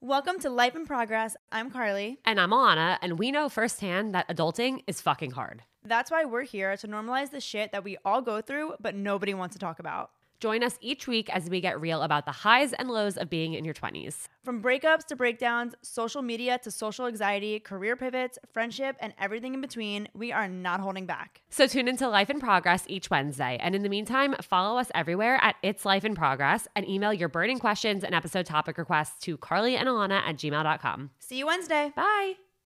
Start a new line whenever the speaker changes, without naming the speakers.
Welcome to Life in Progress. I'm Carly.
And I'm Alana, and we know firsthand that adulting is fucking hard.
That's why we're here to normalize the shit that we all go through, but nobody wants to talk about.
Join us each week as we get real about the highs and lows of being in your 20s.
From breakups to breakdowns, social media to social anxiety, career pivots, friendship, and everything in between, we are not holding back.
So tune into Life in Progress each Wednesday. And in the meantime, follow us everywhere at It's Life in Progress and email your burning questions and episode topic requests to carlyandalana at gmail.com.
See you Wednesday.
Bye.